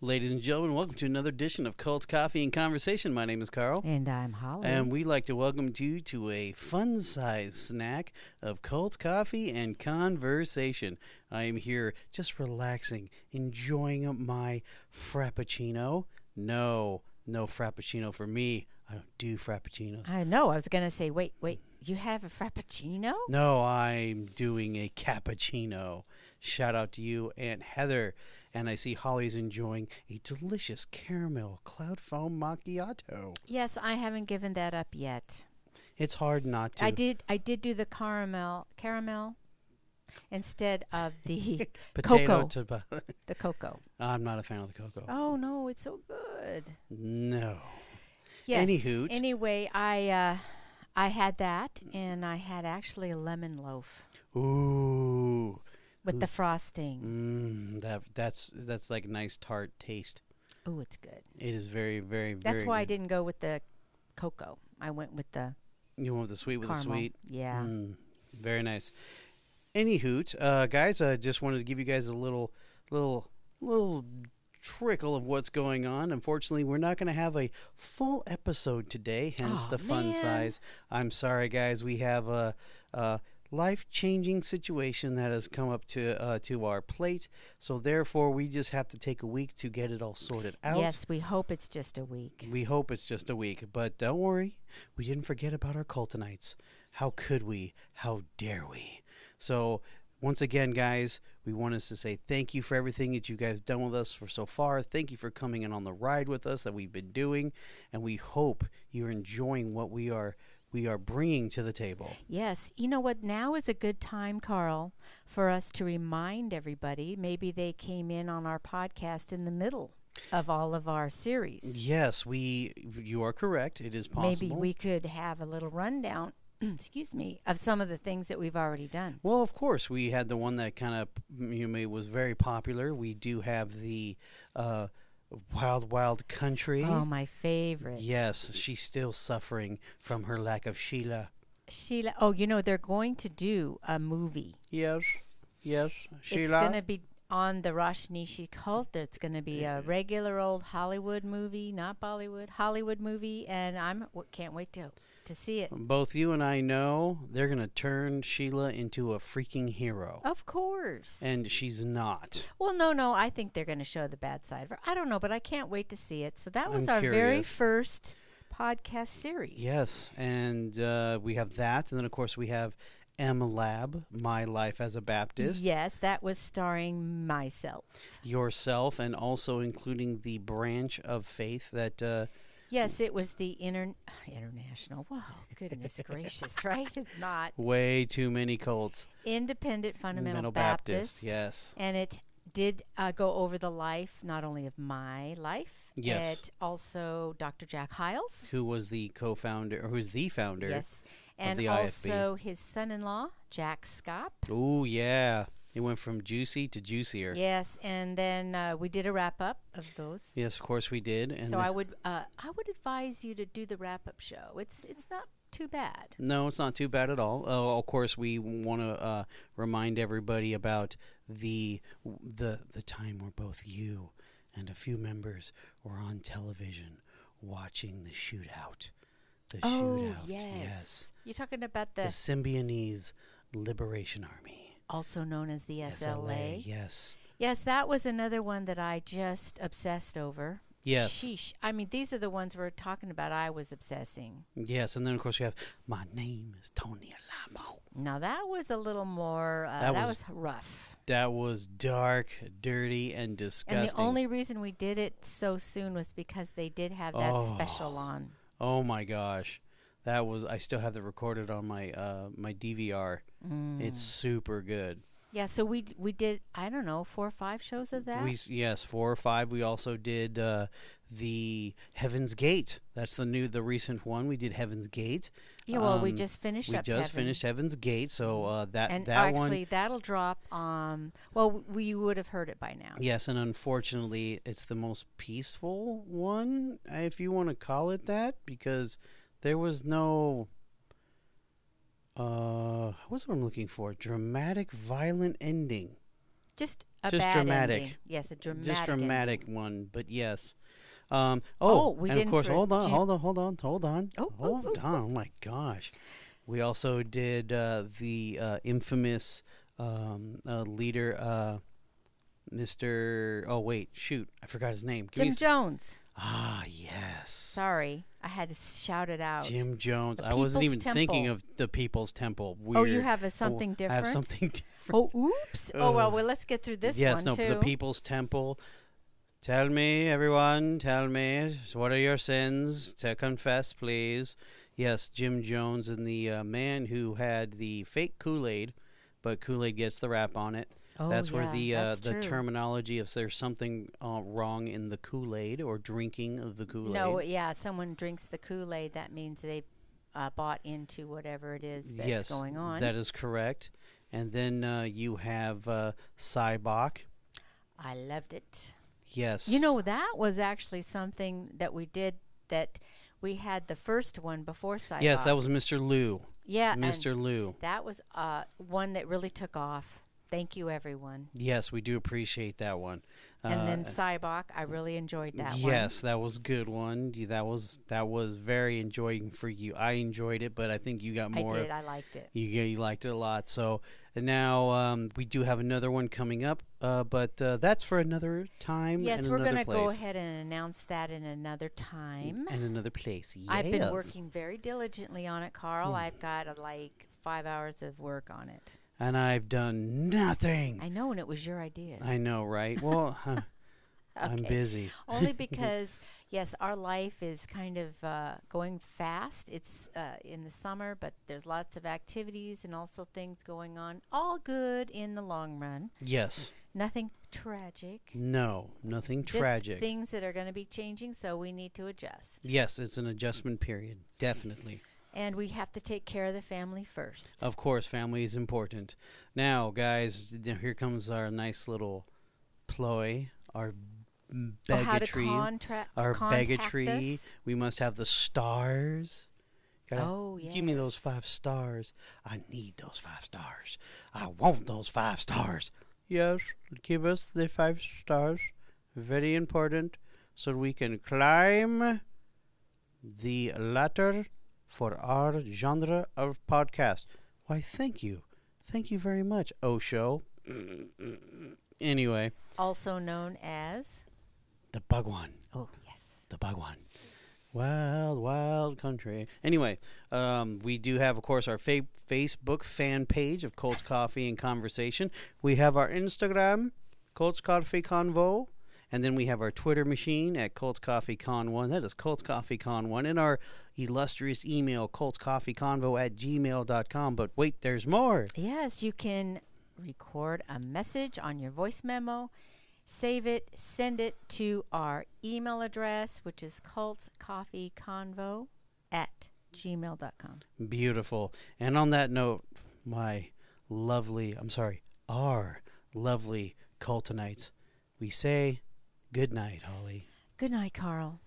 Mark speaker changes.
Speaker 1: Ladies and gentlemen, welcome to another edition of Cults Coffee and Conversation. My name is Carl.
Speaker 2: And I'm Holly.
Speaker 1: And we'd like to welcome you to a fun sized snack of Colts coffee and conversation. I am here just relaxing, enjoying my Frappuccino. No, no Frappuccino for me. I don't do Frappuccinos.
Speaker 2: I know. I was gonna say, wait, wait. You have a frappuccino?
Speaker 1: No, I'm doing a cappuccino. Shout out to you, Aunt Heather. And I see Holly's enjoying a delicious caramel cloud foam macchiato.
Speaker 2: Yes, I haven't given that up yet.
Speaker 1: It's hard not to.
Speaker 2: I did. I did do the caramel, caramel, instead of the
Speaker 1: Potato
Speaker 2: cocoa.
Speaker 1: to bu-
Speaker 2: the cocoa.
Speaker 1: I'm not a fan of the cocoa.
Speaker 2: Oh no, it's so good.
Speaker 1: No.
Speaker 2: Yes.
Speaker 1: Any hoot.
Speaker 2: Anyway, I uh, I had that, and I had actually a lemon loaf
Speaker 1: Ooh.
Speaker 2: with the frosting.
Speaker 1: Mm, that that's that's like nice tart taste.
Speaker 2: Oh, it's good.
Speaker 1: It is very very Mm. very.
Speaker 2: That's why I
Speaker 1: good.
Speaker 2: didn't go with the cocoa. I went with the
Speaker 1: You want the sweet with
Speaker 2: caramel.
Speaker 1: the sweet.
Speaker 2: Yeah.
Speaker 1: Mm, very nice. Any hoot, uh, guys. I just wanted to give you guys a little, little, little trickle of what's going on. Unfortunately, we're not going to have a full episode today, hence
Speaker 2: Aw,
Speaker 1: the fun
Speaker 2: man.
Speaker 1: size. I'm sorry, guys. We have a. a life-changing situation that has come up to uh, to our plate so therefore we just have to take a week to get it all sorted out
Speaker 2: Yes, we hope it's just a week.
Speaker 1: We hope it's just a week, but don't worry, we didn't forget about our Coltonites. How could we? How dare we? So, once again, guys, we want us to say thank you for everything that you guys done with us for so far. Thank you for coming in on the ride with us that we've been doing, and we hope you're enjoying what we are we are bringing to the table.
Speaker 2: Yes, you know what? Now is a good time, Carl, for us to remind everybody. Maybe they came in on our podcast in the middle of all of our series.
Speaker 1: Yes, we you are correct. It is possible.
Speaker 2: Maybe we could have a little rundown, excuse me, of some of the things that we've already done.
Speaker 1: Well, of course, we had the one that kind of mm, you know was very popular. We do have the uh, Wild Wild Country.
Speaker 2: Oh, my favorite.
Speaker 1: yes, she's still suffering from her lack of Sheila.
Speaker 2: Sheila. Oh, you know, they're going to do a movie.
Speaker 1: Yes, yes,
Speaker 2: It's going to be on the Roshnishi cult. It's going to be a regular old Hollywood movie, not Bollywood, Hollywood movie, and I'm w- can't wait to to see it.
Speaker 1: Both you and I know they're gonna turn Sheila into a freaking hero,
Speaker 2: Of course.
Speaker 1: and she's not.
Speaker 2: well, no, no, I think they're going to show the bad side of her. I don't know, but I can't wait to see it. So that was
Speaker 1: I'm
Speaker 2: our very
Speaker 1: curious.
Speaker 2: first podcast series.
Speaker 1: Yes, and uh, we have that, and then of course we have M Lab, My Life as a Baptist.
Speaker 2: Yes, that was starring myself.
Speaker 1: yourself and also including the branch of faith that uh,
Speaker 2: Yes, it was the inter- international. Wow, goodness gracious, right? It's not
Speaker 1: way too many cults
Speaker 2: independent fundamental
Speaker 1: Fundamental
Speaker 2: Baptist.
Speaker 1: yes
Speaker 2: and it did uh, go over the life not only of my life
Speaker 1: Yes.
Speaker 2: it also dr jack hiles
Speaker 1: who was the co-founder or who's the founder
Speaker 2: yes and
Speaker 1: the IFB.
Speaker 2: also his son-in-law jack scott
Speaker 1: oh yeah it went from juicy to juicier
Speaker 2: yes and then uh, we did a wrap-up of those
Speaker 1: yes of course we did and
Speaker 2: so
Speaker 1: the-
Speaker 2: i would uh, i would advise you to do the wrap-up show it's it's not too bad
Speaker 1: no, it's not too bad at all. Uh, of course, we want to uh, remind everybody about the the the time where both you and a few members were on television watching the shootout. The
Speaker 2: Oh,
Speaker 1: shootout, yes.
Speaker 2: you're talking about the,
Speaker 1: the Symbionese Liberation Army.
Speaker 2: also known as the
Speaker 1: SLA,
Speaker 2: SLA.
Speaker 1: yes.
Speaker 2: Yes, that was another one that I just obsessed over.
Speaker 1: Yes.
Speaker 2: Sheesh. I mean, these are the ones we're talking about. I was obsessing.
Speaker 1: Yes, and then of course we have My Name is Tony Alamo.
Speaker 2: Now that was a little more. Uh,
Speaker 1: That
Speaker 2: that,
Speaker 1: was
Speaker 2: was, rough.
Speaker 1: That was dark, dirty, and disgusting.
Speaker 2: And the only reason we did it so soon was because they did have that
Speaker 1: Oh.
Speaker 2: special on.
Speaker 1: oh my gosh. That was I still have it recorded on my uh my DVR. It's
Speaker 2: Mm.
Speaker 1: super good.
Speaker 2: Yeah. So we d- we did I don't know four or five shows of that.
Speaker 1: We s- yes, 4 or 5. We also did uh the Heaven's Gate. That's the new the recent one. We did Heaven's Gate.
Speaker 2: yeah. Well, we
Speaker 1: Um,
Speaker 2: just finished.
Speaker 1: we
Speaker 2: up
Speaker 1: just
Speaker 2: Heaven.
Speaker 1: finished Heaven's Gate, so uh that
Speaker 2: And
Speaker 1: that one
Speaker 2: actually, that'll drop. Um. Well, w- we would have heard it by now.
Speaker 1: Yes, and unfortunately, it's the most peaceful one, if you want to call it that, because there was no. Uh, what's what I'm looking for? Dramatic, violent ending.
Speaker 2: Just a
Speaker 1: Just
Speaker 2: bad
Speaker 1: dramatic.
Speaker 2: ending. Yes, a dramatic.
Speaker 1: Just
Speaker 2: ending.
Speaker 1: dramatic one, but yes. Um, oh,
Speaker 2: Oh, we
Speaker 1: and of
Speaker 2: didn't
Speaker 1: course,
Speaker 2: for-
Speaker 1: hold on,
Speaker 2: Ju-
Speaker 1: hold on, hold on, hold on,
Speaker 2: Oh, oh,
Speaker 1: hold
Speaker 2: oh,
Speaker 1: on. Oh my gosh, we also did uh, the uh, infamous um, uh, leader, uh, Mister. Oh wait, shoot, I forgot his name. Give me
Speaker 2: Jim
Speaker 1: s-
Speaker 2: Jones.
Speaker 1: ah, yes,
Speaker 2: Sorry, I had to shout it out.
Speaker 1: Jim Jones.
Speaker 2: The
Speaker 1: I wasn't even
Speaker 2: People's
Speaker 1: thinking
Speaker 2: Temple.
Speaker 1: of the People's Temple. Weird.
Speaker 2: oh, you have a something
Speaker 1: Oh, I
Speaker 2: different.
Speaker 1: have something different.
Speaker 2: Oh, oops. oh well,
Speaker 1: Ugh.
Speaker 2: well, let's get through this
Speaker 1: yes, no,
Speaker 2: one too.
Speaker 1: the People's Temple. Tell me, everyone, tell me, so what are your sins? To confess, please. Yes, Jim Jones and the uh, man who had the fake Kool Aid, but Kool Aid gets the rap on it.
Speaker 2: Oh,
Speaker 1: that's where
Speaker 2: yeah,
Speaker 1: the uh,
Speaker 2: that's
Speaker 1: the
Speaker 2: true.
Speaker 1: terminology if there's something uh, wrong in the Kool Aid or drinking of the Kool Aid.
Speaker 2: No, yeah, someone drinks the Kool Aid. That means they uh, bought into whatever it is that's
Speaker 1: yes,
Speaker 2: going on.
Speaker 1: that is correct. And then uh, you have uh, Cybok.
Speaker 2: I loved it.
Speaker 1: Yes,
Speaker 2: You know, that was actually something that we did that we had the first one before Cyborg.
Speaker 1: Yes, that was Mr. Lou.
Speaker 2: yeah, and
Speaker 1: Mr. Lou.
Speaker 2: That was uh, one that really took off. Thank you, everyone.
Speaker 1: Yes, we do appreciate that one.
Speaker 2: and then
Speaker 1: Uh,
Speaker 2: Cybok, I really enjoyed that one.
Speaker 1: yes, that was a good one. Y- That was that was very enjoying for you. I enjoyed it, but I think you got
Speaker 2: I
Speaker 1: more.
Speaker 2: did. I liked it.
Speaker 1: You you liked it a lot. So and now um, we do have another one coming up, uh, but uh, that's for another time.
Speaker 2: Yes,
Speaker 1: and
Speaker 2: we're
Speaker 1: another
Speaker 2: gonna go
Speaker 1: place.
Speaker 2: ahead and announce that in another time.
Speaker 1: And another place. Yes. Hmm.
Speaker 2: I've been working very diligently on it, Carl. I've got uh, like five hours of work on it.
Speaker 1: and I've done nothing.
Speaker 2: I know, and it was your idea.
Speaker 1: I know, right? Well, huh, I'm
Speaker 2: Okay.
Speaker 1: busy.
Speaker 2: Only because, yes, our life is kind of uh, going fast. It's uh, in the summer, but there's lots of activities and also things going on. All good in the long run.
Speaker 1: Yes.
Speaker 2: Nothing tragic.
Speaker 1: No. Nothing
Speaker 2: Just
Speaker 1: tragic.
Speaker 2: things that are going to be changing, so we need to adjust.
Speaker 1: Yes, it's an adjustment period, definitely.
Speaker 2: And we have to take care of the family first.
Speaker 1: Of course, family is important. Now, guys, th- here comes our nice little ploy, our m-
Speaker 2: Or Oh, how to
Speaker 1: bigotry,
Speaker 2: contra-
Speaker 1: our
Speaker 2: contact
Speaker 1: bigotry.
Speaker 2: us.
Speaker 1: We must have the stars. Gotta-
Speaker 2: Oh,
Speaker 1: Give me those
Speaker 2: yes.
Speaker 1: five stars. I need those five stars. I want those five stars. Yes, give us the five stars. Very important. So we can climb the ladder for our genre of podcast. Why, thank you. Thank you very much, Osho. anyway,
Speaker 2: Also known as.
Speaker 1: the bug one.
Speaker 2: Oh, yes.
Speaker 1: The bug one. Wild, wild country. Anyway, um, we do have, of course, our fa- Facebook fan page of Colts Coffee and Conversation. We have our Instagram, Colts Coffee Convo. And then we have our Twitter machine at Colts Coffee Con 1. That is Colts Coffee Con 1. And our illustrious email, coltscoffeeconvo at gmail.com. But wait, there's more.
Speaker 2: Yes, you can record a message on your voice memo, save it, send it to our email address, which is cultscoffeeconvo at gmail.com.
Speaker 1: Beautiful. And on that note, my lovely, I'm sorry, our lovely Coltonites, we say good night, Holly.
Speaker 2: Good night, Carl.